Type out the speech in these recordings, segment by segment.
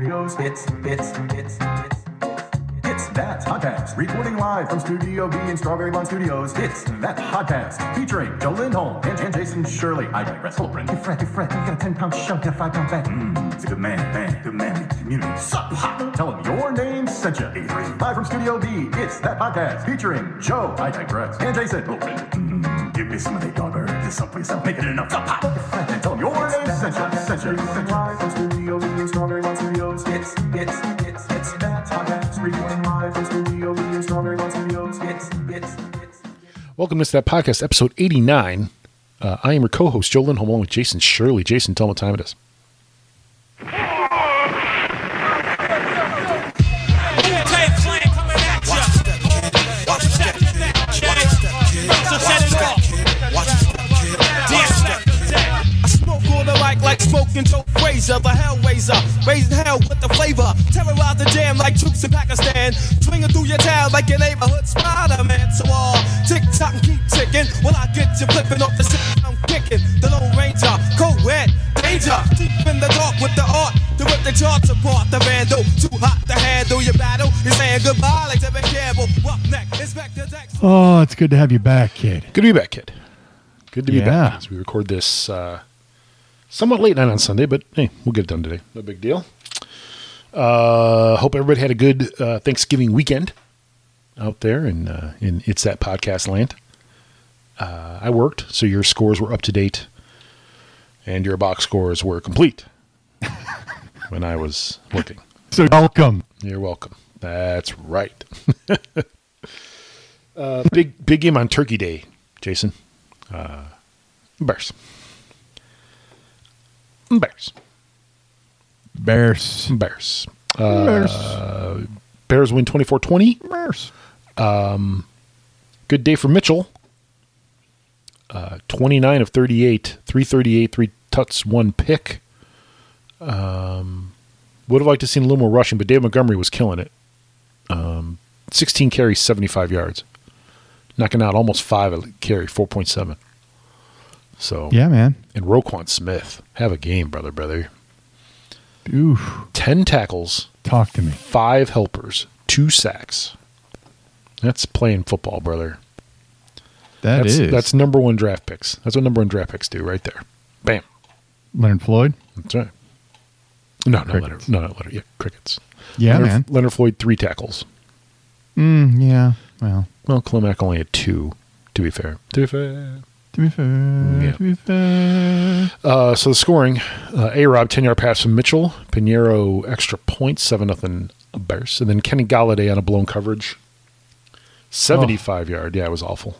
It's it's it's it's it's It's That Podcast, recording live from Studio B in Strawberry Lawn Studios. It's That Podcast, featuring Joe Lindholm and, and Jason Shirley. I digress. Hello, Brent. Hey, Fred, hey, Fred. You got a 10 pound show, get a 5 pound bag. Mmm, it's a good man, man, good man. Community. Sup, hot. Tell him your name sent you. A3. Live from Studio B, it's That Podcast, featuring Joe. I digress. And Jason. Oh, Brent. Mmm, give me some of that dogger. Just someplace else. Make it enough. Sup, hot. Hey, Fred, And tell him your name sent you. Sent you. Live from Studio B in Strawberry Lawn Studios. it's it's it's it's that Podcast, recording live from Studio B in Strawberry Lawn Studios. it's it's it's Welcome to that podcast, episode 89. Uh, I am your co host, Joe Lindholm, along with Jason Shirley. Jason, tell me what time it is. Wu-Tang Clan coming at ya. Watch your step, kid. Watch your step, kid. Russell said it all. Watch your step, kid. Damn, left the deck. I smoke on the mic like smoking Joe Frazier, the Hellraiser. Raising hell with the flavor. Terrorize the jam like troops in Pakistan. Swinging through your town like your neighborhood Spider Man. So all tick tock and keep ticking. When I get you flipping off the shit I'm kicking. The Lone Ranger, co ed, danger. Deep in the dark with the art. To rip the charts apart. The vandal, too hot to handle your battle. You're saying goodbye like Devin Campbell. Roughneck, inspector Dex. Oh, it's good to have you back, kid. Good to be back, kid. Good to be Yeah. back as we record this uh, somewhat late night on Sunday, but hey, we'll get it done today. No big deal. Uh, hope everybody had a good uh, Thanksgiving weekend out there in, uh, in It's That Podcast land. Uh, I worked, so your scores were up to date and your box scores were complete when I was looking. So welcome. You're welcome. That's right. uh, big big game on Turkey Day, Jason. Uh, Bears. Bears. Bears. Bears. Uh, Bears. Bears win 24 20. Bears. Good day for Mitchell. Uh, 29 of 38, 338, three tuts, one pick. Um, would have liked to seen a little more rushing, but Dave Montgomery was killing it. Um, 16 carries, 75 yards. Knocking out almost five a carry, 4.7. So, Yeah, man. and Roquan Smith, have a game, brother, brother. Oof. 10 tackles, Talk to me. five helpers, two sacks. That's playing football, brother. that's, that's, That's number one draft picks. That's what number one draft picks do right there. Bam. Leonard Floyd. That's right. No, no, Leonard, Crickets. no, no, Leonard, yeah, crickets. Yeah, Leonard, man. Leonard Floyd, three tackles. Mm, yeah. Well, Well, Clomac only had two, to be fair. To be fair. to be fair. Yeah. To be fair. Uh, so the scoring, uh, A-Rob, 10-yard pass from Mitchell. Pinheiro, extra point, 7 nothing Bears. And then Kenny Galladay on a blown coverage. 75-yard. Yeah, it was awful.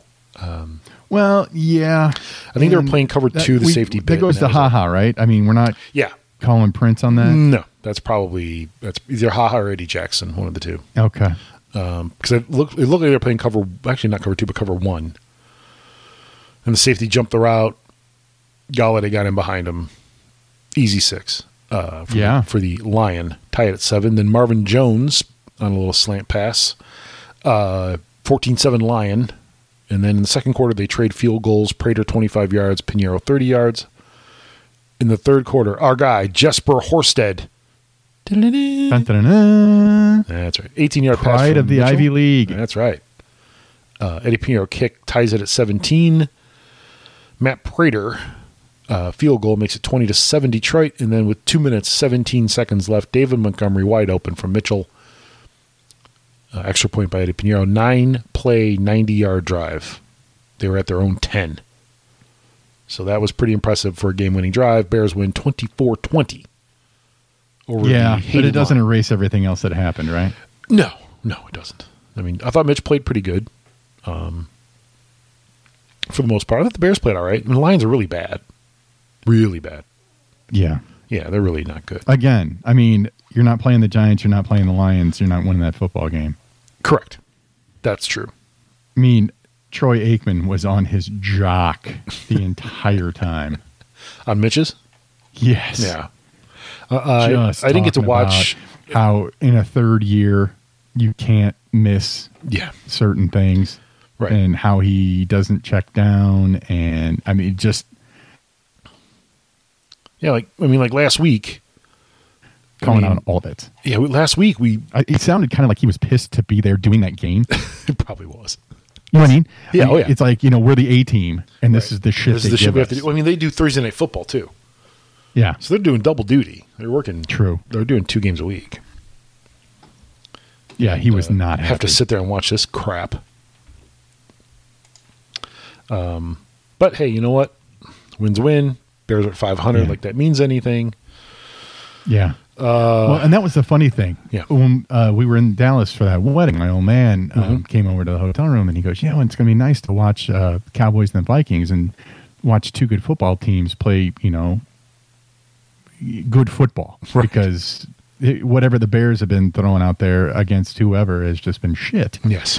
Well, yeah. I think they were playing cover that- two, the we- safety bit. That goes and to was it. Mm. haha, right? I mean, we're not Yeah. calling Prince on that. No, that's probably that's either Haha or Eddie Jackson, one of the two. Okay. because it looked it looked like they were playing cover actually not cover two but cover one, and the safety jumped the route. Galladay got in behind him, easy six. Uh, for Yeah. the, for the Lion, tie it at seven. Then Marvin Jones on a little slant pass, uh, 14-7 Lion, and then in the second quarter they trade field goals. Prater twenty five yards, Pinheiro thirty yards. In the third quarter, our guy Jesper Horsted. Dun, dun, dun, dun. That's right. 18 yard pass. Pride from of the Mitchell. Ivy League. That's right. Uh, Eddie Pinero kick ties it at 17. Matt Prater uh, field goal makes it 20 to 7 Detroit. And then with two minutes, 17 seconds left, David Montgomery wide open from Mitchell. Uh, extra point by Eddie Pinero. Nine play, 90 yard drive. They were at their own 10. So that was pretty impressive for a game winning drive. Bears win 24 20. Yeah, but it doesn't erase everything else that happened, right? No, no, it doesn't. I mean, I thought Mitch played pretty good, um, for the most part. I thought the Bears played all right. And the Lions are really bad, really bad. Yeah. Yeah, they're really not good. Again, I mean, you're not playing the Giants, you're not playing the Lions, you're not winning that football game. Correct. That's true. I mean, Troy Aikman was on his jock the entire time. On Mitch's, Yes. yeah. Uh, I, Just I didn't get to talking watch. about How in a third year you can't miss Yeah, certain things. Right. And how he doesn't check down. And I mean, just yeah. Like I mean, like last week, calling mean- out all of it. Yeah, we, last week we I, it sounded kind of like he was pissed to be there doing that game. it probably was. You know what I mean? Yeah, I mean, oh yeah. It's like you know we're the A team, and this is the shit. This is they the shit give we have to us. do. I mean, they do Thursday night football too, Yeah, so they're doing double duty. They're working. True. They're doing two games a week. yeah. He was not uh, have to happy. sit there and watch this crap. Um, but hey, you know what? Wins a win. Bears are at five hundred. Yeah. Like that means anything? Yeah. well, and that was the funny thing. uh, Yeah. When uh, we were in Dallas for that wedding, my old man Mm-hmm. um, came over to the hotel room and he goes, "You know, it's going to be nice to watch uh, Cowboys and the Vikings and watch two good football teams play. You know, good football because." It, whatever the Bears have been throwing out there against whoever has just been shit. Yes.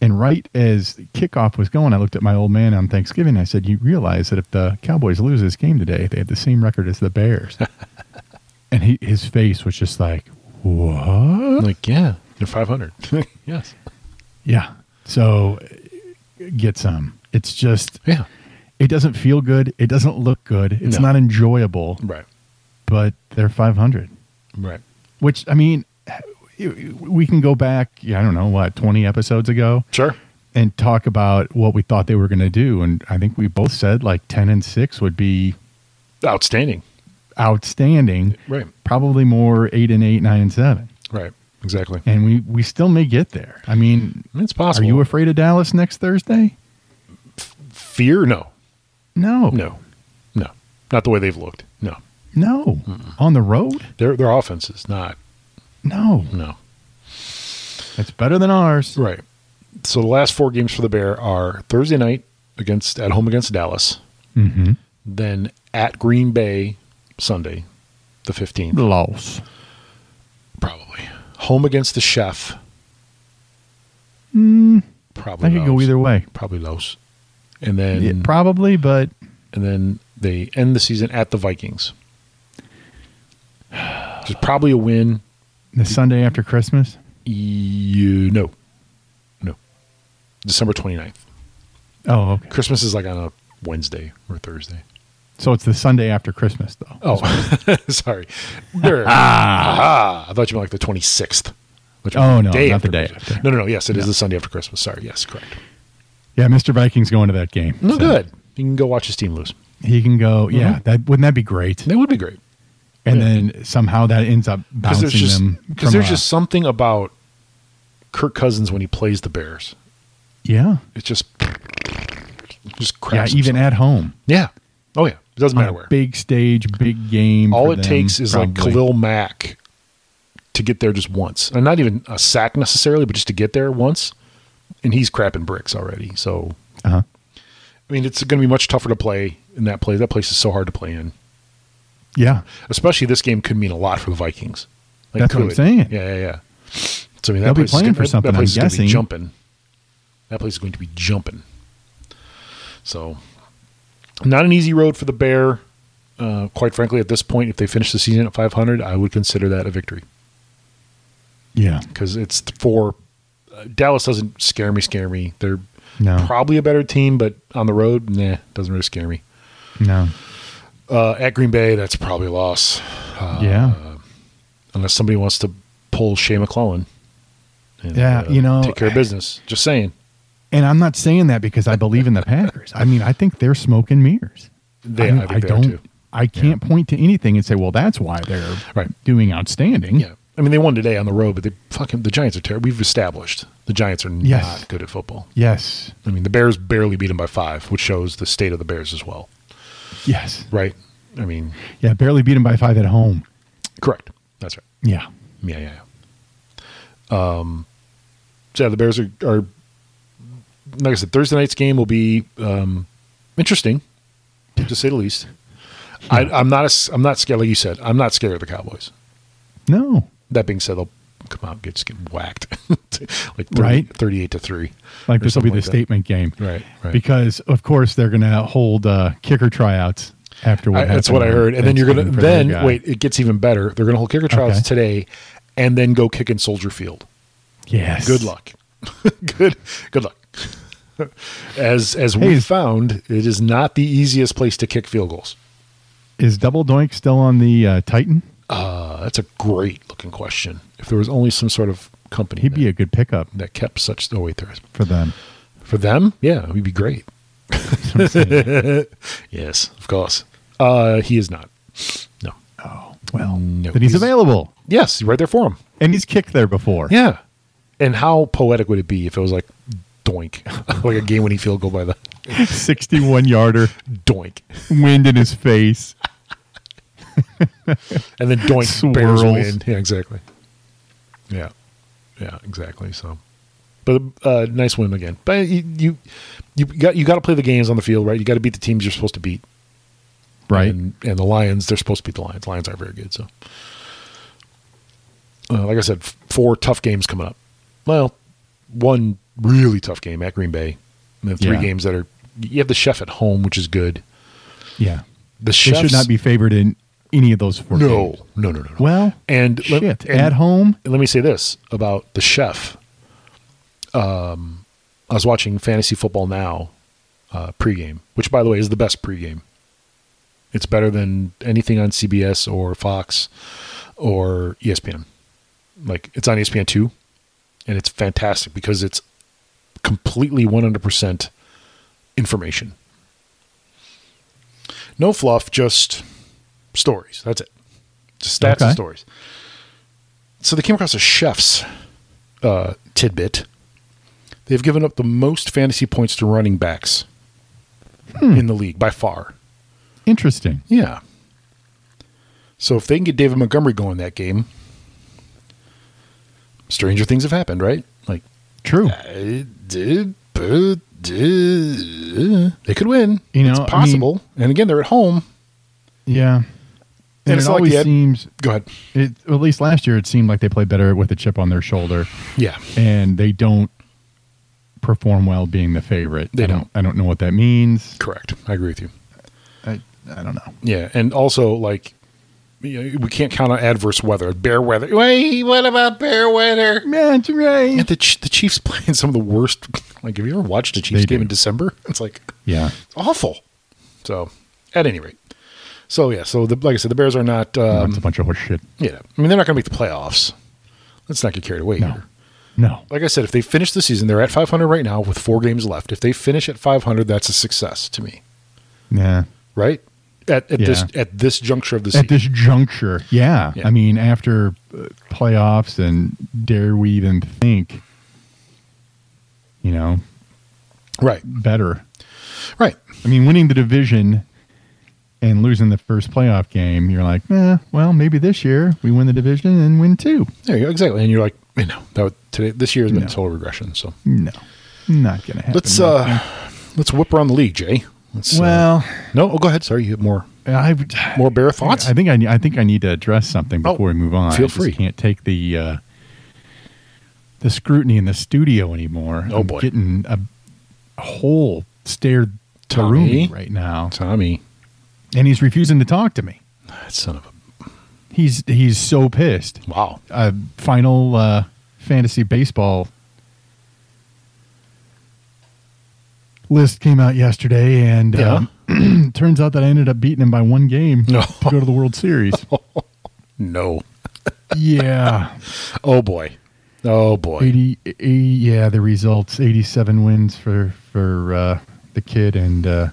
And right as kickoff was going, I looked at my old man on Thanksgiving. I said, "You realize that if the Cowboys lose this game today, they have the same record as the Bears." and he, his face was just like, "What?" Like yeah, they're five hundred. yes. Yeah. So get some. It's just Yeah. it doesn't feel good. It doesn't look good. It's No. not enjoyable. Right. But they're 500. Right. Which I mean, we can go back. Yeah, I don't know what 20 episodes ago. Sure. and talk about what we thought they were going to do. And I think we both said like 10 and 6 would be Outstanding. outstanding. Right. Probably more 8 and 8, 9 and 7. Right. Exactly. And we, we still may get there. I mean, It's possible. Mm. are you afraid of Dallas next Thursday? fear? No. No. No. No. Not the way they've looked. No. No. On the road? Their their offense is not. No. No. It's better than ours. Right. So the last four games for the Bear are Thursday night against at home against Dallas, Mm-hmm. then at Green Bay Sunday, the fifteenth, Loss. probably home against the Chef. Mm, Probably I could go Los. either way. Probably Los, and then Yeah, probably, but and then they end the season at the Vikings. Which is probably a win. the Sunday after Christmas? You E-, no, no, December 29th. Oh, okay. Christmas is like on a Wednesday or Thursday. So it's the Sunday after Christmas, though. Oh, sorry. There. Ah. I thought you meant like the 26th. Which Oh, was no, not the day Christmas. after. No, no, no. Yes, it is the Sunday after Christmas. Sorry. Yes, correct. Yeah, Mr. Viking's going to that game. No, So good. You can go watch his team lose. He can go. Mm-hmm. Yeah, that wouldn't that be great? That would be great. And Yeah. then somehow that ends up Because bouncing there's just them. because from there's a- just something about Kirk Cousins when he plays the Bears. yeah, It's just just yeah. cracks. Even himself. at home, yeah. Oh yeah. It doesn't on matter a where. big stage, big game. All for it them, takes is like probably. Khalil Mack to get there just once, and not even a sack necessarily, but just to get there once, and he's crapping bricks already. So, Uh-huh. I mean, it's going to be much tougher to play in that place. That place is so hard to play in. Yeah, Especially this game could mean a lot for the Vikings. Like, That's what I'm saying. Yeah, yeah, yeah. So I mean, that They'll be place is playing gonna, for that- something, That place I'm is going to be guessing. jumping. That place is going to be jumping. So, not an easy road for the Bear. Uh, quite frankly, at this point, if they finish the season at 500, I would consider that a victory yeah. because it's for uh, Dallas doesn't scare me. Scare me. They're No, probably a better team, but on the road, nah, doesn't really scare me. no. Uh, at Green Bay, that's probably a loss Uh, yeah, unless somebody wants to pull Shea McClellan. And, uh, Yeah, you know- take care of business. Just saying, and I'm not saying that because I believe in the Packers. I mean, I think they're smoke and mirrors. they, I, mean, think they don't. are too. I can't point to anything and say, well, that's why they're Right. doing outstanding. Yeah, I mean they won today on the road, but they fucking the Giants are terrible. We've established the Giants are Yes. not good at football. Yes. I mean the Bears barely beat them by five, which shows the state of the Bears as well, Yes. right? I mean, Yeah. Barely beat them by five at home. correct. That's right. Yeah. Yeah, yeah, yeah. Um, so yeah, the Bears are, are like I said, Thursday night's game will be um, interesting, to say the least. I, I'm not. as- I'm not scared. Like you said, I'm not scared of the Cowboys. No. That being said, they'll come out and get just get whacked, like 30, Right. thirty-eight to three. Like or this will be something the like that. statement game, Right, right. Because of course they're going to hold uh, kicker tryouts after what I, happened. that's what I on heard. And then you're gonna Thanksgiving for the then new guy. wait. It gets even better. They're gonna hold kicker trials Okay. today, and then go kick in Soldier Field. Yes. good luck. good good luck. as as Hey, we is- found, it is not the easiest place to kick field goals. Is Double Doink still on the uh, Titan? Uh, Uh, that's a great looking question. If there was only some sort of company He'd that, be a good pickup that kept such. Oh wait, there is for them. for them. Yeah, we'd be great. yes, of course. Uh, he is not. No. Oh well, No, but he's, he's- available Yes, right there for him. and he's kicked there before. Yeah. And how poetic would it be if it was like doink, like a game winning field goal by the sixty-one yarder, doink, wind in his face. and then doink bears Swirls. win. Yeah, exactly. Yeah, yeah, exactly. So, but uh, nice win again. But you, you, you got you got to play the games on the field, right? You got to beat the teams you're supposed to beat. Right. And, and the Lions, they're supposed to beat the Lions. Lions aren't very good. So, uh, like I said, f- four tough games coming up. Well, one really tough game at Green Bay, and then three Yeah. games that are. You have the chef at home, which is good. yeah. The They chef should not be favored in any of those four. No, games. no, no, no, no. Well, and shit. Let, and- at home, and let me say this about the chef. Um, I was watching Fantasy Football Now uh, pregame, which, by the way, is the best pregame. It's better than anything on CBS or Fox or E ESPN. Like it's on E ESPN two, and it's fantastic because it's completely one hundred percent information. No fluff, just stories. That's it. Just stats Okay. and stories. So they came across a chef's uh, tidbit. They've given up the most fantasy points to running backs in the league by far. interesting. Yeah. So if they can get David Montgomery going that game, stranger things have happened, right? Like True. I did, but did. they could win. You know, I mean- it's possible. and again, they're at home. Yeah. And, it's it not like always the Ed- seems, Go ahead. it, at least last year, it seemed like they played better with a chip on their shoulder, Yeah. and they don't perform well being the favorite. They I don't. I don't know what that means. Correct. I agree with you. I, I don't know. Yeah, and also like you know, we can't count on adverse weather, bear weather. Wait, what about bear weather? Man, And right. the Ch- the Chiefs playing some of the worst. Like, have you ever watched a Chiefs They game do. in December? It's like Yeah. it's awful. So, at any rate, so yeah, so the like I said, the Bears are not. Um, That's Uh, a bunch of horse shit. yeah, I mean they're not going to make the playoffs. Let's not get carried away No. here. No. Like I said, if they finish the season, they're at 500 right now with four games left. If they finish at 500, that's a success to me, Nah. right? At, at this Yeah. at this juncture of the season, At this juncture, yeah. Yeah. I mean, after uh, playoffs, and dare we even think, you know, right? better? Right. I mean, winning the division and losing the first playoff game, you're like, eh, well, maybe this year we win the division and win two. There you go, exactly. And you're like, you know, that would, today this year has been No. total regression. So No, not gonna happen. let's uh, let's whip around the league, Jay. Let's, uh, well, no, oh, go ahead. Sorry, you have more I more bear thoughts. I think I, ne- I think I need to address something Oh, before we move on. feel I just free. can't take the uh, the scrutiny in the studio anymore. Oh, I'm boy. getting a, a whole stared Tommy. Tarumi right now, Tommy, and he's refusing to talk to me. that son of a He's he's so pissed. wow. uh, final uh, fantasy baseball list came out yesterday, and Yeah. um, turns out that I ended up beating him by one game No. Oh. to go to the World Series. No, yeah, oh boy, oh boy. 80, 80 yeah, the results: eighty-seven wins for for uh, the kid and uh,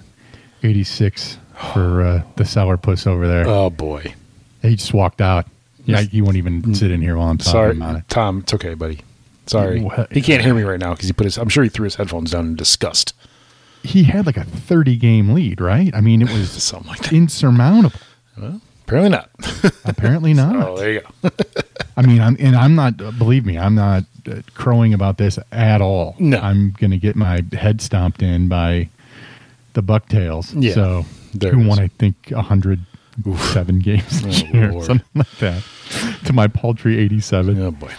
eighty-six for uh, the sourpuss over there. Oh boy. he just walked out. Yeah, he won't even sit in here while I'm talking Mm. Sorry, about it. Tom. It's okay, buddy. Sorry, What? he can't hear me right now because he put his. I'm sure he threw his headphones down in disgust. he had like a 30 game lead, right? I mean, it was Something like that. insurmountable. Apparently not. Apparently oh, not. there you go. I mean, I'm and I'm not. Believe me, I'm not uh, crowing about this at all. No. I'm going to get my head stomped in by the Bucktails. Yeah. So There it who is. won? I think 107 games this Oh, year, Lord. something like that. To my paltry 87. Oh boy.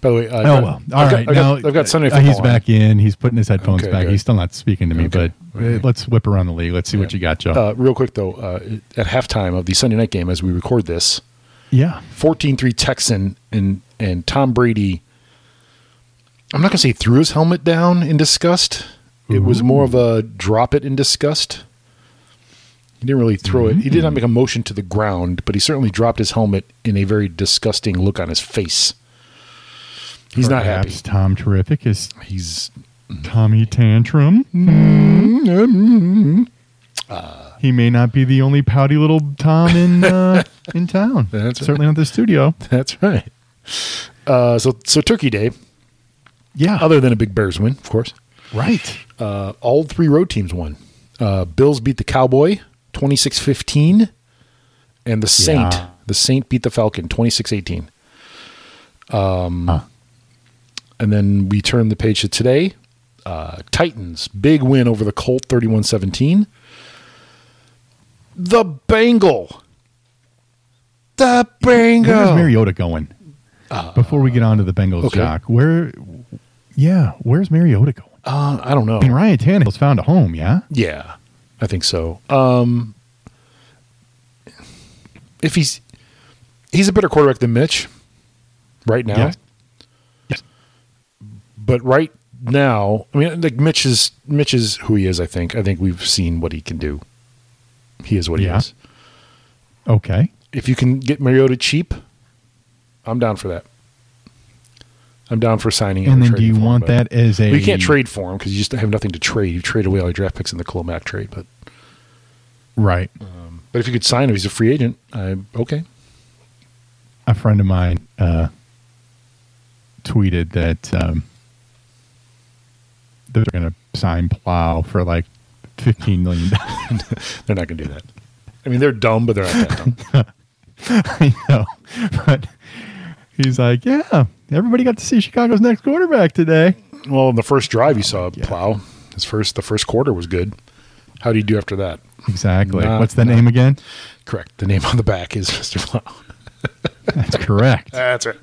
By the way, uh, Oh well, all I've got- right. I've got, now I've got Sunday uh, football. He's on. back in. He's putting his headphones Okay, back. good. He's still not speaking to me, Okay. but uh, let's whip around the league. Let's see what you got, Joe. Uh, real quick though, uh, at halftime of the Sunday night game, as we record this, yeah, 14-3 Texan and and Tom Brady. I'm not gonna say threw his helmet down in disgust. It was more of a drop it in disgust. He didn't really throw it. He did not make a motion to the ground, but he certainly dropped his helmet in a very disgusting look on his face. He's not happy. Perhaps Tom Terrific is He's Tommy Tantrum. he may not be the only pouty little Tom in uh, in town. That's right. Certainly not the studio. that's right. Uh, so so Turkey Day, Yeah, other than a big Bears win, of course, right. uh, all three road teams won. Uh, Bills beat the Cowboy 26-15 and the Saint, Yeah. the Saint beat the Falcon 26-18. Um and then we turn the page to today. Uh, Titans big win over the Colt 31-17. The Bengal. The Where's Bengal. Mariota going? Before we get on to the Bengals Uh, okay. jock, where? Yeah, where's Mariota going? Uh, I don't know. I mean, Ryan Tannehill's found a home. Yeah, Yeah, I think so. Um, if he's he's a better quarterback than Mitch right now, Yes. but right now, I mean, like Mitch is Mitch is who he is. I think. I think we've seen what he can do. He is what he Yeah. is. Okay. If you can get Mariota cheap, I'm down for that. I'm down for signing. him And or then do trading you for him, want but- that as a? Well, you can't trade for him because you just have nothing to trade. You trade away all your draft picks in the Clomac trade, but Right. But if you could sign him, he's a free agent. I okay. a friend of mine uh, tweeted that um, they're going to sign Plow for like fifteen million dollars. They're not going to do that. I mean, they're dumb, but they're not that dumb. I know, but he's like, yeah, everybody got to see Chicago's next quarterback today. well, in the first drive, you saw Plow. His first, the first quarter was good. How do you do after that? Exactly. Not- What's the name again? Correct. The name on the back is Mr. Plow. That's correct. That's right.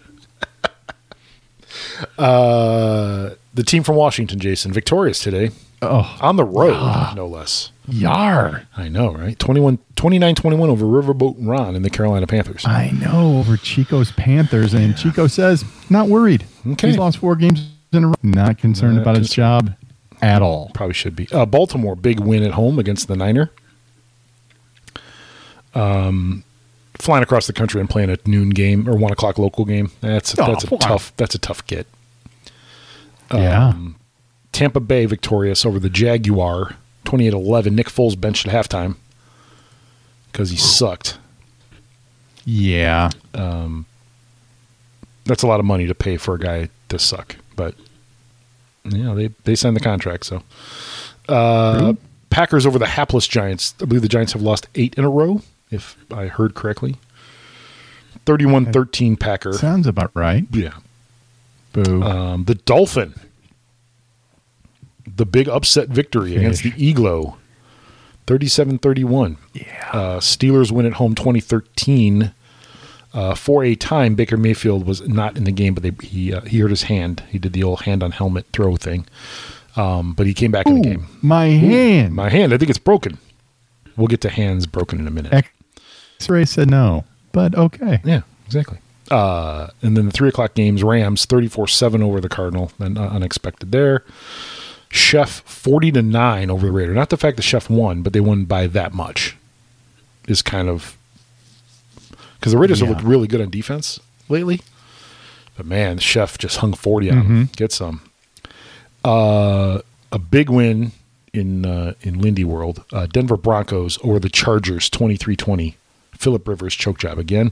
uh, the team from Washington, Jason, victorious today Oh, on the road, no less. yar. I know, right? 21, 29-21 over Riverboat Ron and the Carolina Panthers. I know over Chico's Panthers, and Chico says not worried. Okay. He's lost four games in a row. Not concerned Not about his job at all. Probably should be. Uh, Baltimore, big win at home against the Niner. Um, flying across the country and playing a noon game or one o'clock local game. That's Oh, that's a wow. tough that's a tough get. Um, yeah. Tampa Bay victorious over the Jaguar 28-11. Nick Foles benched at halftime because he sucked. Yeah. That's a lot of money to pay for a guy to suck, but yeah, they they signed the contract. So uh, Packers over the hapless Giants. I believe the Giants have lost eight in a row, if I heard correctly. 31 13 Packer. Sounds about right. Yeah. Boo. Um, the Dolphin. The big upset victory against the Finish. Eaglo. 37 31. yeah. Uh, Steelers win at home 2013. Uh, for a time, Baker Mayfield was not in the game, but they, he uh, he hurt his hand. He did the old hand on helmet throw thing, um, but he came back in the game. my hand. My hand, I think it's broken. We'll get to hands broken in a minute. X-ray said no, but okay. Yeah, exactly. Uh, and then the three o'clock games, Rams 34 7 over the Cardinal. Then uh, unexpected there. Chef 40 to 9 over the Raider. Not the fact that Chef won, but they won by that much is kind of because the Raiders Yeah. have looked really good on defense lately. But man, Chef just hung 40 on Mm-hmm. them. Get some. Uh, a big win in uh, in Lindy World. Uh, Denver Broncos over the Chargers 23 20. Philip Rivers choke job again.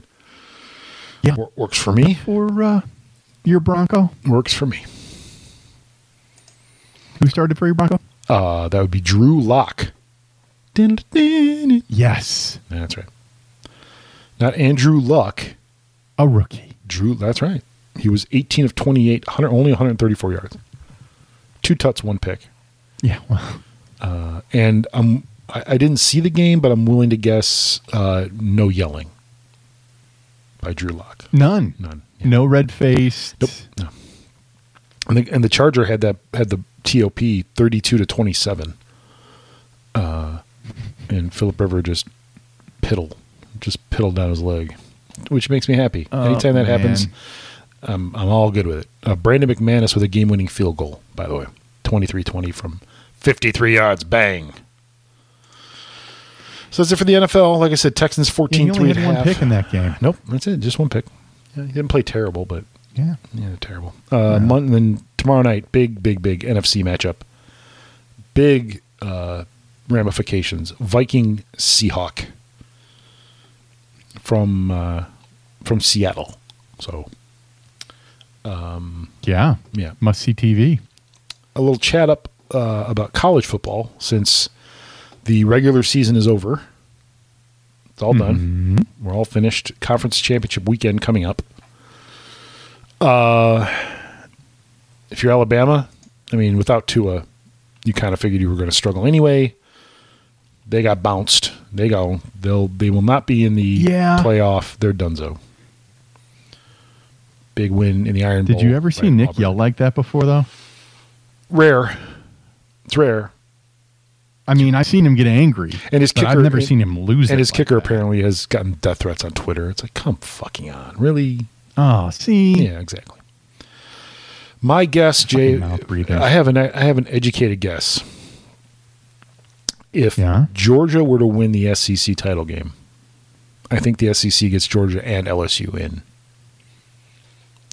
Yeah. Wor- works for me. For uh, your Bronco, Works for me. who started for your Bronco? Uh, that would be Drew Locke. Dun-dun-dun-dun. Yes, That's right. Not Andrew Luck. a rookie. Drew, that's right. He was 18 of 28, 100, only 134 yards. Two tuts, one pick. Yeah. Well, And I'm, I, I didn't see the game, but I'm willing to guess uh, no yelling by Drew Locke. none. None. No red face. Nope. No. And the, and the Charger had that had the TOP 32 to 27. Uh, and Philip River just piddle, just piddled down his leg, which makes me happy. Anytime that happens, Oh, man. I'm, I'm all good with it. Uh, Brandon McManus with a game winning field goal, by the way 23 20 from 53 yards. Bang. So that's it for the NFL. Like I said, Texans Yeah, he 14 only 3 and had a one half. pick in that game. Nope, that's it. Just one pick. Yeah, he didn't play terrible, but Yeah. yeah, terrible. Uh, Mon- then tomorrow night, big, big, big NFC matchup. Big uh, ramifications. Viking Seahawk from uh, from Seattle. So Yeah. yeah, Must see TV. a little chat up uh, about college football since the regular season is over. It's all done. Mm-hmm. We're all finished. Conference championship weekend coming up. Uh, if you're Alabama, I mean, without Tua, you kind of figured you were going to struggle anyway. They got bounced. They go. They'll. They will not be in the Yeah. playoff. They're donezo. Big win in the Iron Did Bowl. you ever see Right, Nick Auburn yell like that before, though? rare. It's rare. I mean, I've seen him get angry, And his but kicker- I've never seen him lose. And it his like kicker that. apparently has gotten death threats on Twitter. It's like, come fucking on. Really? Oh, see, Yeah, exactly. My guess, Jay, Fucking mouth breathing. I have an I have an educated guess. If Yeah? Georgia were to win the SEC title game, I think the SEC gets Georgia and LSU in.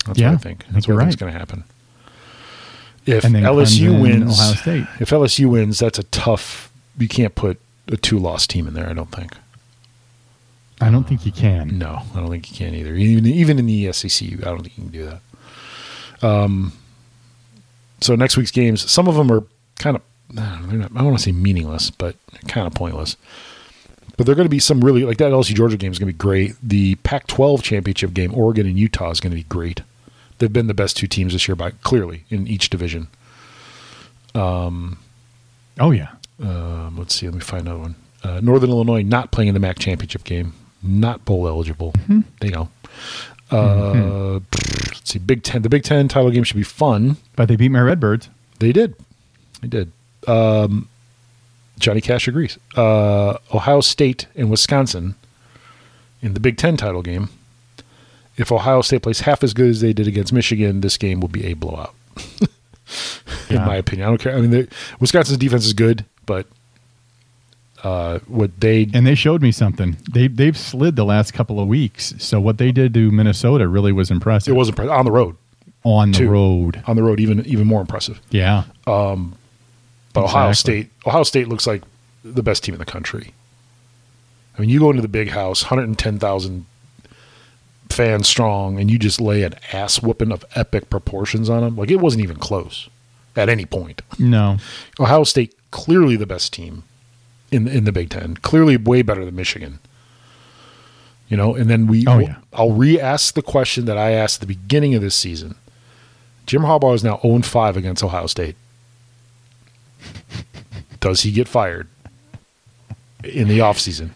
That's Yeah, what I I think. think That's what you're I think's right. going to happen. If And then LSU Clemson, wins, Ohio State. if LSU wins, that's a tough. You can't put a two-loss team in there. I don't think. I don't think he can. No, I don't think you can either. Even even in the E SEC, I don't think you can do that. Um, so next week's games, some of them are kind of I don't, know, they're not, I don't want to say meaningless, but kind of pointless. But they're going to be some really like that LSU Georgia game is going to be great. The Pac-12 championship game, Oregon and Utah is going to be great. They've been the best two teams this year by clearly in each division. Oh yeah, Um, let's see. Let me find another one. Uh, Northern Illinois not playing in the MAC championship game, not bowl eligible. Hmm. They go. Uh, pfft, Let's see. Big Ten. The Big Ten title game should be fun. but they beat my Redbirds. They did. They did. Um, Johnny Cash agrees. Uh, Ohio State and Wisconsin in the Big Ten title game. If Ohio State plays half as good as they did against Michigan, this game will be a blowout. in Yeah. my opinion, I don't care. I mean, the, Wisconsin's defense is good, but uh, what they And they showed me something. They they've slid the last couple of weeks. So what they did to Minnesota really was impressive. it was impre- on the road, on the two. road. on the road, even even more impressive. Yeah, But Ohio Exactly. State, Ohio State looks like the best team in the country. I mean, you go into the big house, hundred and ten thousand fans strong, and you just lay an ass whooping of epic proportions on them. Like it wasn't even close at any point. no, Ohio State clearly the best team in in the Big Ten, clearly way better than Michigan. You know, and then we. Oh, yeah. I'll re-ask the question that I asked at the beginning of this season. Jim Harbaugh is now 0 5 against Ohio State. Does he get fired in the offseason?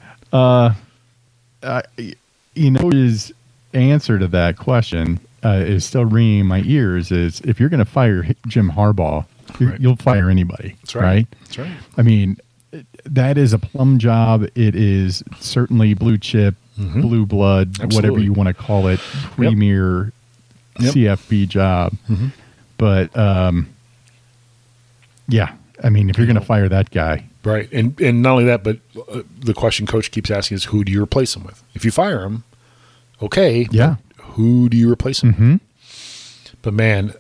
you know his answer to that question uh, is still ringing in my ears. Is if you're going to fire Jim Harbaugh, you're Right. you'll fire anybody. That's right. right? That's right. I mean, it- that is a plum job. It is certainly blue chip, blue blood, whatever Mm-hmm. Absolutely. you want to call it, premier Yep. Mm-hmm. CFB job. But um, yeah, I mean, if you're going to fire that guy, Right. And and not only that, but uh, the question coach keeps asking is who do you replace him with? If you fire him, okay. yeah, Who do you replace him with? hmm But man,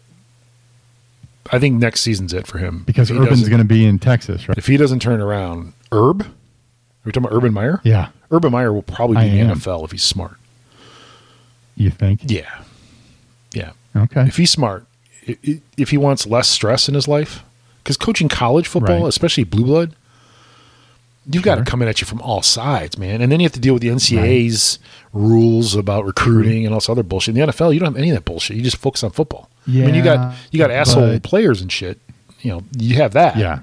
I think next season's it for him because If he Urban's doesn't- going to be in Texas, right? If he doesn't turn around, Herb. Are we talking about Urban Meyer? Yeah, Urban Meyer will probably be I in the am. NFL if he's smart. you think? Yeah, yeah. Okay. If he's smart, i- i- if he wants less stress in his life, because coaching college football, Right. especially blue blood, you've got Sure. to come in at you from all sides, man. And then you have to deal with the NCAA's rules about recruiting and all this other bullshit. In the NFL, you don't have any of that bullshit. You just focus on football. I mean, you Yeah, got you got asshole but- players and shit. You know, you have that. Yeah.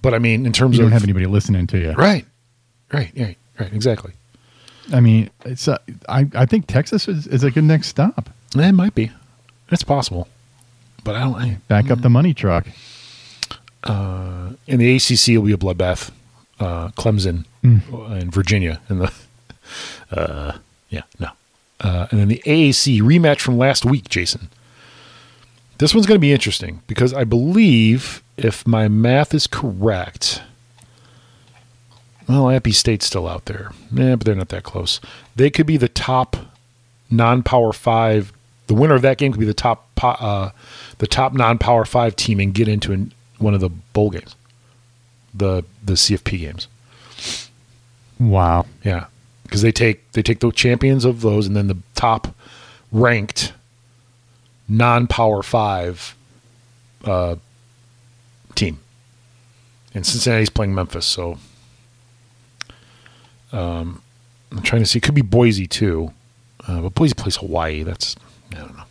But I mean, in you terms don't of have anybody listening to you. right, right, right, right, exactly. I mean, it's uh, I I think Texas is, is a good next stop. It might be. It's possible, but I don't. I, Back Mm. up the money truck. in the ACC will be a bloodbath. Uh, Clemson and Virginia and the uh, yeah no, uh, and then the AAC rematch from last week, Jason. This one's going to be interesting because I believe if my math is correct, Well, Appy State's still out there. Yeah, but they're not that close. They could be the top non-power five. The winner of that game could be the top, po- uh, the top non-power five team and get into an, one of the bowl games, the the CFP games. Wow. Yeah, because they take they take the champions of those, and then the top ranked non-power five uh, team. And Cincinnati's playing Memphis, so um, I'm trying to see. It could be Boise too, uh, but Boise plays Hawaii. That's I don't know.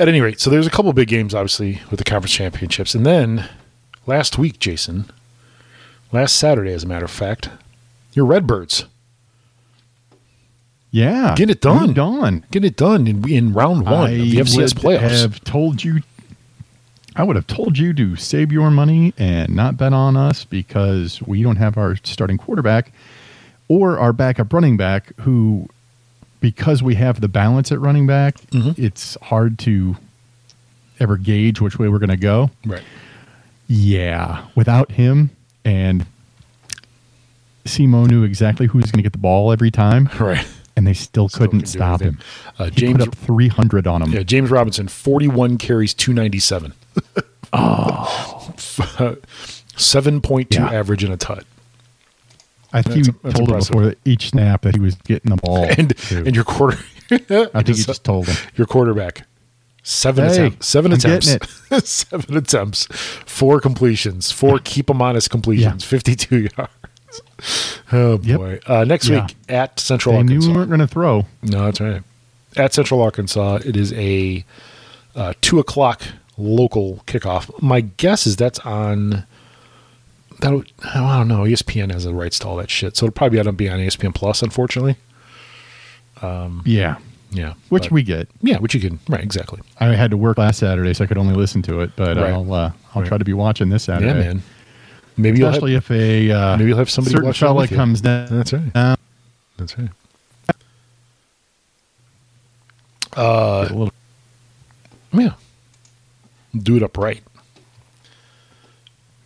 At any rate, so there's a couple big games, obviously, with the conference championships, and then last week, Jason, last Saturday, as a matter of fact, your Redbirds Yeah. Get it done. Moved on. get it done in, in round one of the FCS would playoffs. have told you. I would have told you to save your money and not bet on us because we don't have our starting quarterback or our backup running back. Who, because we have the balance at running back, Mm-hmm. it's hard to ever gauge which way we're going to go. right. Yeah, without him and Simo knew exactly who was going to get the ball every time, Right. and they still couldn't couldn't do stop anything. him. Uh, he James- put up three hundred on him. Yeah, James Robinson, 41 carries, 297. oh. 7.2 Yeah. average and a tut. I That's- think you that's told impressive. him before each snap that he was getting the ball. And too. and your quarter I think you just told him. your quarterback. Seven Hey, attempts. Seven I'm getting attempts. seven attempts. Four completions. Four keep 'em honest completions. 52 yards. Oh Yep. boy. Uh, next Yeah. week at Central They knew Arkansas. we weren't going to throw. No, that's right. At Central Arkansas, it is a uh, two o'clock local kickoff. My guess is that's on. That would- I don't know. E ESPN has the rights to all that shit, so it'll probably end up being on E ESPN Plus. Unfortunately, Mm-hmm. Yeah, yeah. which but- we get. yeah, which you can right exactly. I had to work last Saturday, so I could only listen to it. But Right. I'll uh, I'll Right. try to be watching this Saturday. Yeah, man. Maybe you'll have, Especially if a uh, maybe you'll have somebody certain watch it fella with you. comes down. Uh, That's right. down That's right. Uh, a little Yeah. Do it upright.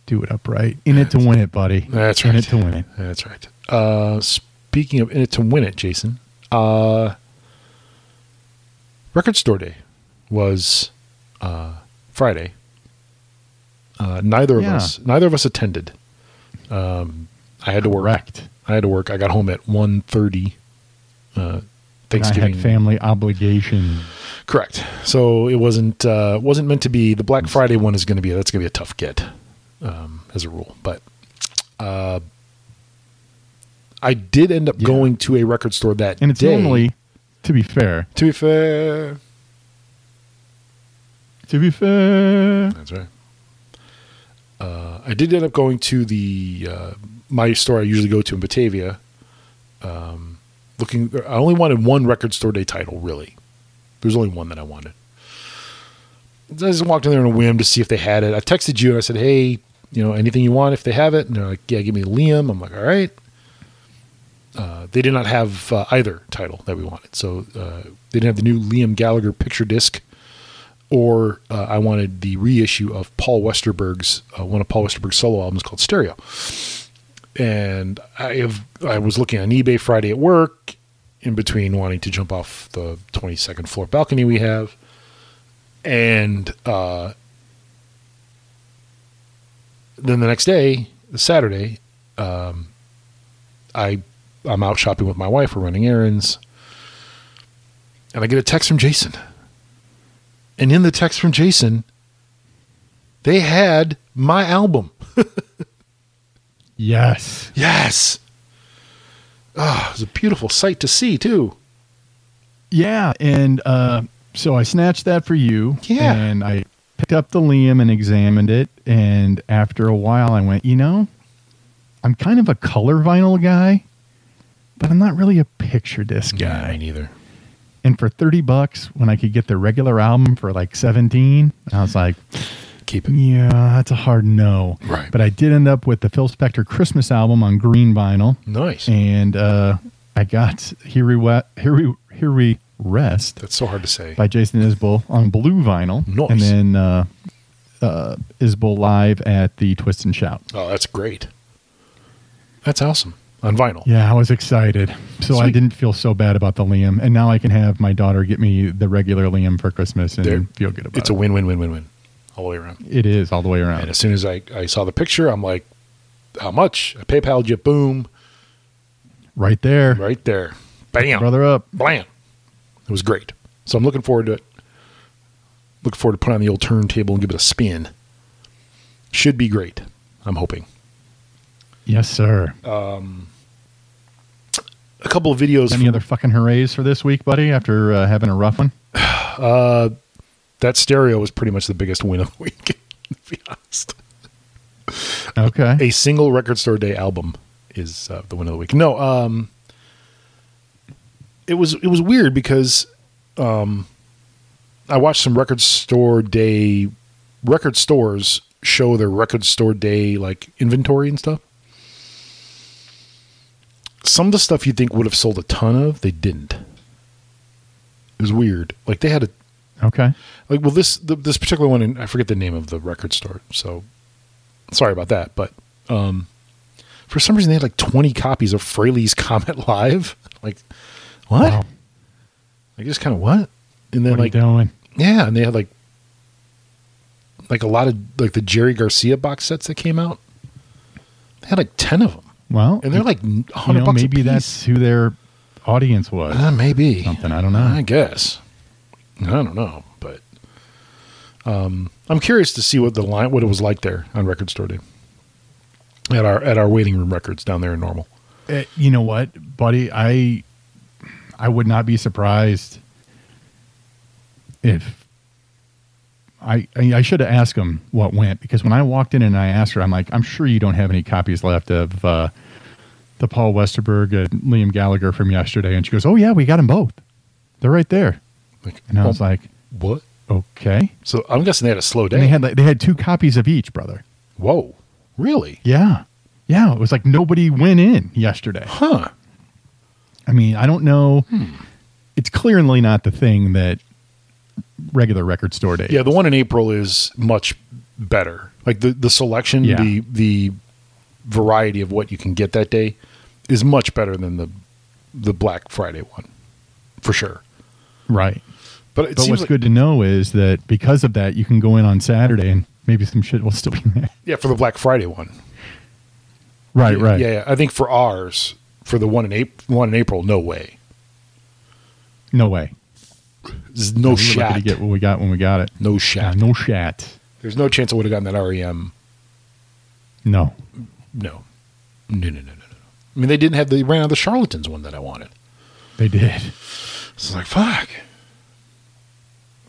do it upright. In it to win it, buddy. That's In right. it to win it. That's right. Uh, speaking of in it to win it, Jason, uh, Record Store Day was uh, Friday. Uh, neither of Yeah. us, neither of us attended. Um, I had to work. Correct. I had to work. I got home at 1.30 uh, And I Thanksgiving. had family obligation. Correct. So it wasn't uh, wasn't meant to be. The Black Friday one is going to be that's going to be a tough get um, as a rule. But uh, I did end up Yeah. going to a record store that And it's day. normally, to be fair, to be fair, to be fair, that's right. Uh, I did end up going to the uh, my store I usually go to in Batavia. Um, looking, I only wanted one record store day title really. There's only one that I wanted. I just walked in there on a whim to see if they had it. I texted you and I said, "Hey, you know, anything you want if they have it?" And they're like, "Yeah, give me Liam." I'm like, "All right." Uh, they did not have uh, either title that we wanted, so uh, they didn't have the new Liam Gallagher picture disc, or uh, I wanted the reissue of Paul Westerberg's uh, one of Paul Westerberg's solo albums called Stereo. And I have I was looking on eBay Friday at work, in between wanting to jump off the 22nd floor balcony we have, and uh, then the next day, Saturday, um, I I'm out shopping with my wife. We're running errands, and I get a text from Jason. And in the text from Jason, they had my album. yes. Yes. Ah, it was a beautiful sight to see too. Yeah, and uh, so I snatched that for you. Yeah. and I picked up the Liam and examined it, and after a while, I went, you know, I'm kind of a color vinyl guy, but I'm not really a picture disc guy. neither. And for thirty bucks, when I could get the regular album for like seventeen, I was like, Keep it. yeah, that's a hard no. Right. But I did end up with the Phil Spector Christmas album on green vinyl Nice. and uh, I got here we Wa- here we here we rest That's so hard to say. by Jason Isbell on blue vinyl, Nice. and then uh, uh, Isbell live at the Twist and Shout. Oh, that's great. That's awesome. On vinyl. Yeah, I was excited. So I Sweet. didn't feel so bad about the Liam. And now I can have my daughter get me the regular Liam for Christmas and There- feel good about It's it. a win win win win win all the way around. it is all the way around. And as soon as I, I saw the picture, I'm like, how much? I PayPal'd you. Boom. right there. Right there. Bam. Brother up. Blam. It was great. So I'm looking forward to it. Looking forward to put on the old turntable and give it a spin. Should be great. I'm hoping. Yes, sir. Uh, A couple of videos. Any from- other fucking hoorays for this week, buddy, after uh, having a rough one? that stereo was pretty much the biggest win of the week, to be honest. Okay. A single record store day album is uh, the win of the week. No, um, it was it was weird because um, I watched some record store day record stores show their record store day like inventory and stuff. Some of the stuff you think would have sold a ton of, they didn't. It was weird. Like they had a Okay. like well this the, this particular one and i forget the name of the record store so sorry about that but um for some reason they had like 20 copies of fraley's comet live like what Wow. like just kind of what and then What like are you doing? yeah and they had like like a lot of like the jerry garcia box sets that came out they had like 10 of them Well, and they're like n- 100 you know, bucks a maybe piece. that's who their audience was. Uh, maybe Something, I don't know. I guess I don't know, but um, I'm curious to see what the line, what it was like there on Record Store Day at our at our waiting room records down there in Normal. Eh, you know what, buddy? I I would not be surprised if I I, I should have asked him what went because when I walked in and I asked her, I'm like, I'm sure you don't have any copies left of uh, the Paul Westerberg and Liam Gallagher from yesterday, and she goes, Oh yeah, we got them both. They're right there, Like, oh, and I was like, what? Okay. So I'm guessing they had a slow day. And they had like, they had two copies of each, brother. Whoa, really? Yeah, yeah. It was like nobody went in yesterday. Huh? I mean, I don't know. Hmm. It's clearly not the thing that regular record store day. Yeah, the one in April is much better. Like the the selection, Yeah. the the variety of what you can get that day is much better than the the Black Friday one, for sure. Right. But it But seems what's like, good to know is that because of that, you can go in on Saturday and maybe some shit will still be there. yeah for the Black Friday one, Right. Yeah, right. Yeah, yeah. I think for ours, for the one in April, one in April, no way. No way. There's no we were lucky shot. to get what we got when we got it. no Yeah, shot. no shat. There's no chance I would have gotten that REM. No. No. No, no, no, no, no. I mean, they didn't have the ran out of the charlatans one that I wanted. They did. So it's like fuck.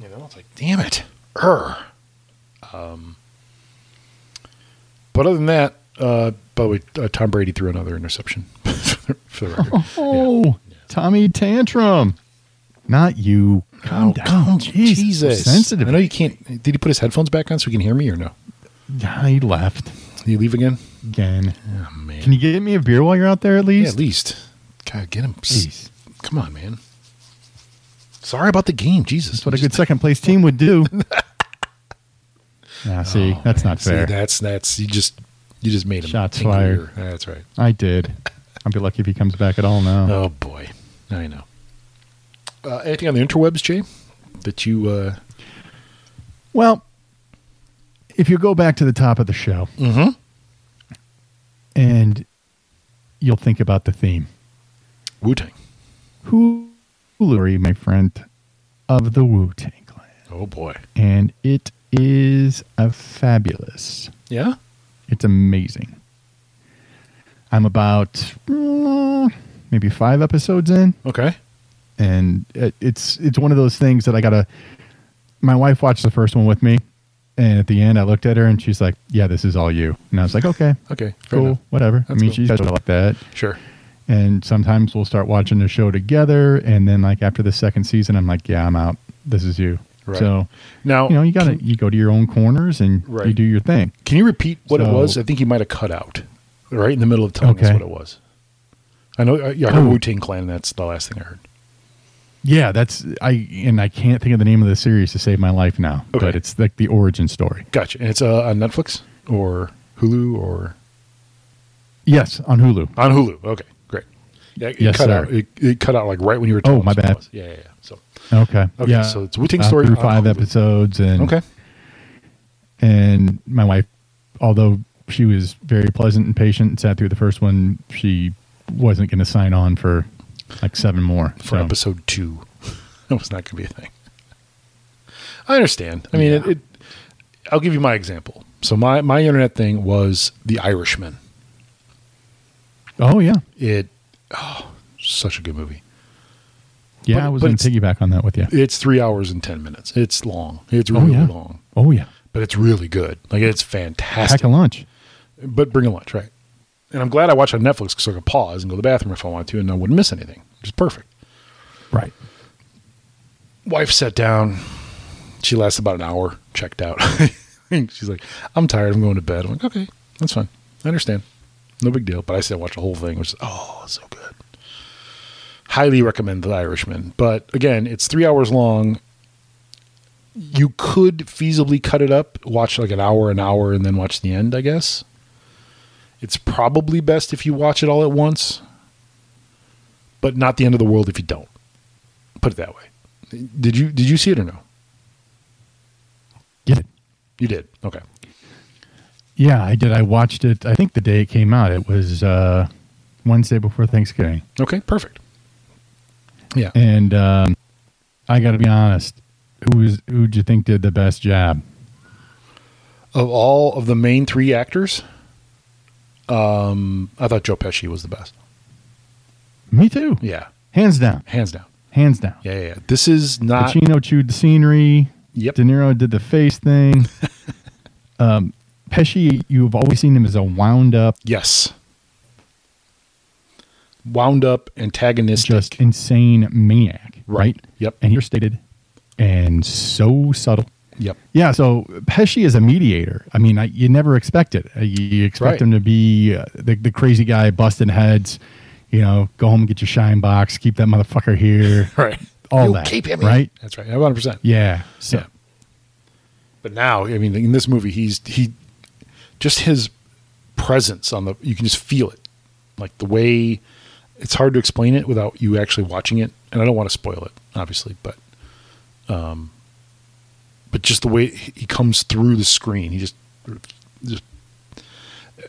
You know, it's like damn it. Err. Um. But other than that, uh, by the way, uh, Tom Brady threw another interception for the record. Oh, Tommy Tantrum. Not you. Calm Oh, down. come- Jeez, Jesus. Sensitive. I know you can't. Did he put his headphones back on so he can hear me or no? he left Did he leave again? again. Oh, man. Can you get me a beer while you're out there at Yeah, least? at least. God, get him. S- Jeez. Come on, man. Sorry about the game, Jesus. That's what a good second place team would do. nah, see, that's not Oh, See, fair. that's that's you just you just made him. Shots angrier. That's right. I did. I'll be lucky if he comes back at all now. Oh boy, I know. Uh, anything on the interwebs, Jay? That you? Uh, Well, if you go back to the top of the show Mhm. and you'll think about the theme. Wu Tang. Hulury, my friend, of the Wu Tang Clan. Oh boy. And it is a fabulous Yeah. It's amazing. I'm about mm, maybe five episodes in, Okay. and it, it's it's one of those things that I gotta. My wife watched the first one with me, and at the end, I looked at her and she's like, "Yeah, this is all you." And I was like, "Okay, Okay. Fair cool, enough. whatever." I That's mean, cool. she's sort of like that, Sure. and sometimes we'll start watching the show together, and then like after the second season, I'm like, "Yeah, I'm out. This is you." Right. So Now you know, you gotta Can, you go to your own corners and you Right. do your thing. can you repeat what it So- was? I think you might have cut out right in the middle of telling us Okay. what it was. I know. I, yeah, I heard Oh. Wu Tang Clan. That's the last thing I heard. Yeah, that's I and I can't think of the name of the series to save my life now. Okay. But it's like the origin story. Gotcha. And it's uh, on Netflix or Hulu or Yes, on Hulu. on Hulu. Okay, great. Yeah, it Yes, cut sir. out. It, it cut out like right when you were. Oh, telling my us what it bad. was. Yeah, yeah, yeah. So Okay. Okay, Yeah. Uh, so it's Wu-Tang Story through on five Hulu. episodes, and okay, and my wife, although she was very pleasant and patient and sat through the first one, she wasn't going to sign on for like seven more. for So, episode two, that was not going to be a thing. I understand. I mean, it, it. I'll give you my example. So my my internet thing was The Irishman. oh yeah, It, oh, such a good movie. yeah. But- I was but going to it's- piggyback on that with you. It's three hours and ten minutes. It's long. It's oh really yeah. long, Oh yeah. but it's really good. Like it's fantastic. Pack a lunch. but bring a lunch, right? And I'm glad I watched on Netflix because I could pause and go to the bathroom if I wanted to, and I wouldn't miss anything, which is perfect. Right. Wife sat down. She lasted about an hour, checked out. And She's like, I'm tired. I'm going to bed. I'm like, okay, that's fine. I understand. No big deal. But I said, watch the whole thing, which is, oh, so good. Highly recommend The Irishman. But again, it's three hours long. You could feasibly cut it up, watch like an hour, an hour, and then watch the end, I guess. It's probably best if you watch it all at once, but not the end of the world if you don't. Put it that way. Did you did you see it or no? Get it. You did. Okay. Yeah, I did. I watched it. I think the day it came out, it was uh, Wednesday before Thanksgiving, Okay. Perfect. Yeah. and um, I got to be honest. Who was who? Do you think did the best job? Of all of the main three actors, um, I thought Joe Pesci was the best. Me too. Yeah, Hands down. hands down. Hands down. Yeah, yeah. yeah. This is not. Pacino chewed the scenery. Yep. De Niro did the face thing. um, Pesci, you've always seen him as a wound up, Yes. Wound up antagonistic. just insane maniac, Right. right? Yep. And understated and so subtle. Yep. Yeah, so Pesci is a mediator. I mean, I, you never expect it. Uh, You, you expect Right. him to be uh, the, the crazy guy busting heads, you know, go home and get your shine box, keep that motherfucker here. Right. All You that, keep him in. right? That's right. 100. percent Yeah. So, Yeah. But now, I mean, in this movie, he's he just his presence on the you can just feel it, like the way it's hard to explain it without you actually watching it, and I don't want to spoil it, obviously, but um, but just the way he he comes through the screen, he just just.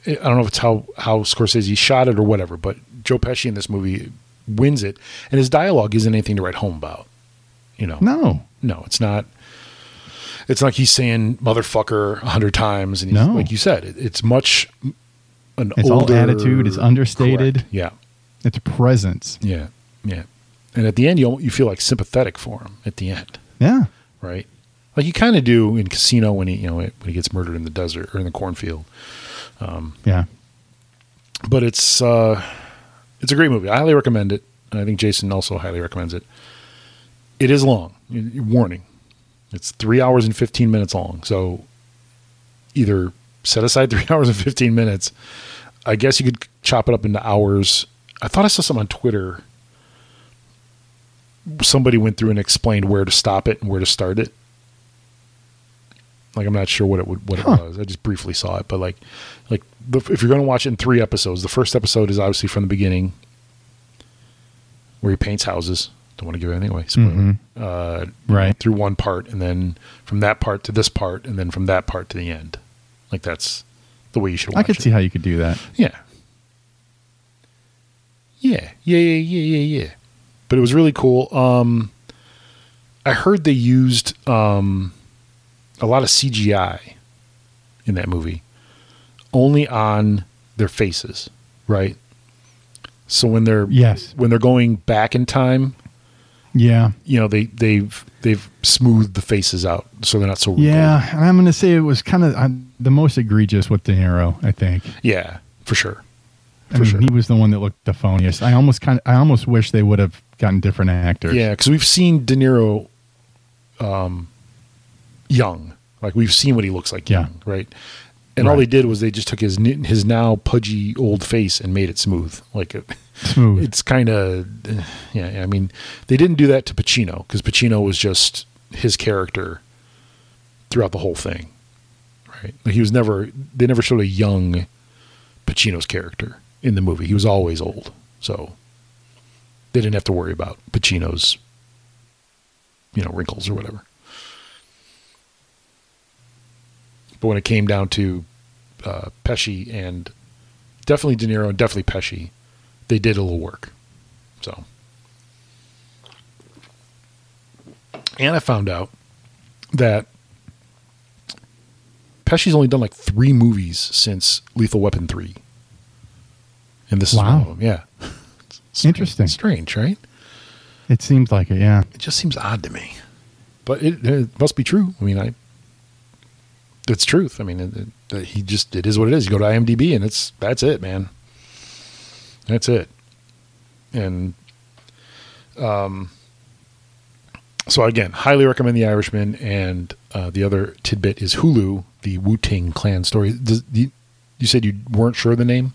I don't know if it's how how Scorsese shot it or whatever, but Joe Pesci in this movie wins it, and his dialogue isn't anything to write home about. You know, no. no, it's not. It's like he's saying motherfucker a hundred times, and he's, No. like you said, it, it's much an It's all older attitude, it's understated. Correct. Yeah, It's presence. yeah, yeah. And at the end, you al- you feel like sympathetic for him at the end, Yeah. right? Like you kind of do in Casino when he you know when he gets murdered in the desert or in the cornfield. Yeah. But it's uh, it's a great movie. I highly recommend it, and I think Jason also highly recommends it. It is long. Y- y- Warning, it's three hours and fifteen minutes long. So either set aside three hours and fifteen minutes. I guess you could chop it up into hours. I thought I saw something on Twitter. Somebody went through and explained where to stop it and where to start it. Like I'm not sure what it would what Huh. it was. I just briefly saw it, but like like the, if you're going to watch it in three episodes, the first episode is obviously from the beginning where he paints houses. Don't want to give anything away. Spoiler Uh, Mhm. Right. through one part and then from that part to this part and then from that part to the end. Like that's the way you should watch I could it. see how you could do that. Yeah. Yeah. Yeah, yeah, yeah, yeah, yeah. But it was really cool. Um I heard they used um a lot of CGI in that movie. Only on their faces, right? So when they're Yes. when they're going back in time, Yeah. you know they they've they've smoothed the faces out so they're not so wrinkled. Yeah. And I'm going to say it was kind of uh, the most egregious with De Niro, I think. yeah for sure I mean, sure. he was the one that looked the phoniest. I almost kind of, I almost wish they would have gotten different actors. yeah because we've seen De Niro um young like we've seen what he looks like Yeah. young right and all Right. they did was they just took his n- his now pudgy old face and made it smooth like it, Smooth. it's kind of yeah I mean they didn't do that to Pacino because Pacino was just his character throughout the whole thing right like he was never they never showed a young Pacino's character in the movie. He was always old, so they didn't have to worry about Pacino's, you know, wrinkles or whatever. But when it came down to uh, Pesci and definitely De Niro and definitely Pesci, they did a little work. So, and I found out that Pesci's only done like three movies since Lethal Weapon three, and this is one of Wow. them. Yeah, It's Interesting. strange, right? It seems like it, yeah. It just seems odd to me, but it, it must be true. I mean, I it's truth. I mean, it, it, that he just it is what it is. You go to IMDb, and it's that's it, man. That's it, and um, so again, highly recommend The Irishman. And uh, the other tidbit is Hulu, the Wu Tang Clan story. Does, you, you said you weren't sure of the name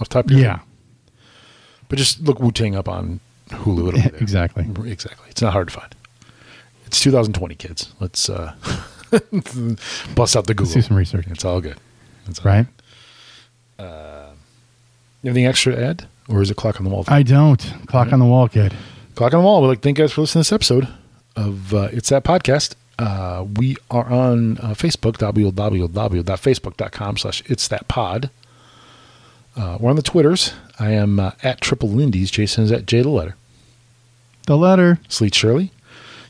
off the top of your Yeah. head? but just look Wu Tang up on Hulu. It'll be there. Exactly. Exactly. It's not hard to find. It's 2020, kids. Let's uh, bust out the Google. do some research. It's all good. It's all Right? good. Anything extra to add? Or is it clock on the wall? I don't. Clock on the wall, kid. clock on the wall. We'd like to thank you guys for listening to this episode of uh, It's That Podcast. Uh, we are on uh, Facebook, www.facebook.com slash It's That Pod. Uh, we're on the Twitters. I am uh, at Triple Lindy's. Jason is at J the letter. The letter. Sleet Shirley.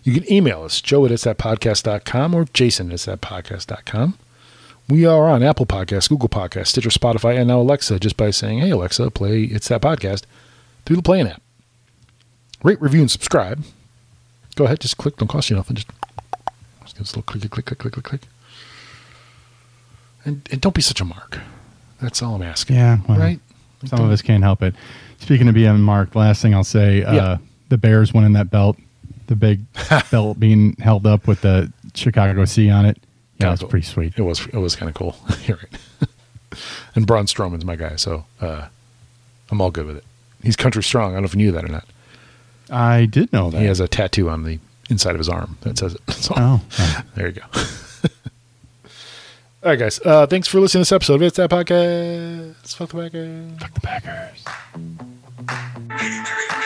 You can email us, joe at it's that podcast.com or jason at it's that podcast.com. We are on Apple Podcasts, Google Podcasts, Stitcher, Spotify, and now Alexa just by saying, hey, Alexa, play It's That Podcast through the Playing app. Rate, review, and subscribe. Go ahead, just click. Don't cost you nothing. Just, just give us a little click, click, click, click, click, click. And, and don't be such a mark. That's all I'm asking. Yeah, well, right? Some of us can't help it. Speaking of being marked, last thing I'll say, Yeah. uh, the Bears winning that belt, the big belt being held up with the Chicago C on it. Yeah, Kinda that's cool. pretty sweet. It was it was kind of cool. You're right. and Braun Strowman's my guy, so uh, I'm all good with it. He's country strong. I don't know if you knew that or not. I did know that. He has a tattoo on the inside of his arm that says it. So Oh, oh. there you go. all right, guys. Uh, thanks for listening to this episode of It's That Podcast. Fuck the Podcast. Fuck the Packers. history.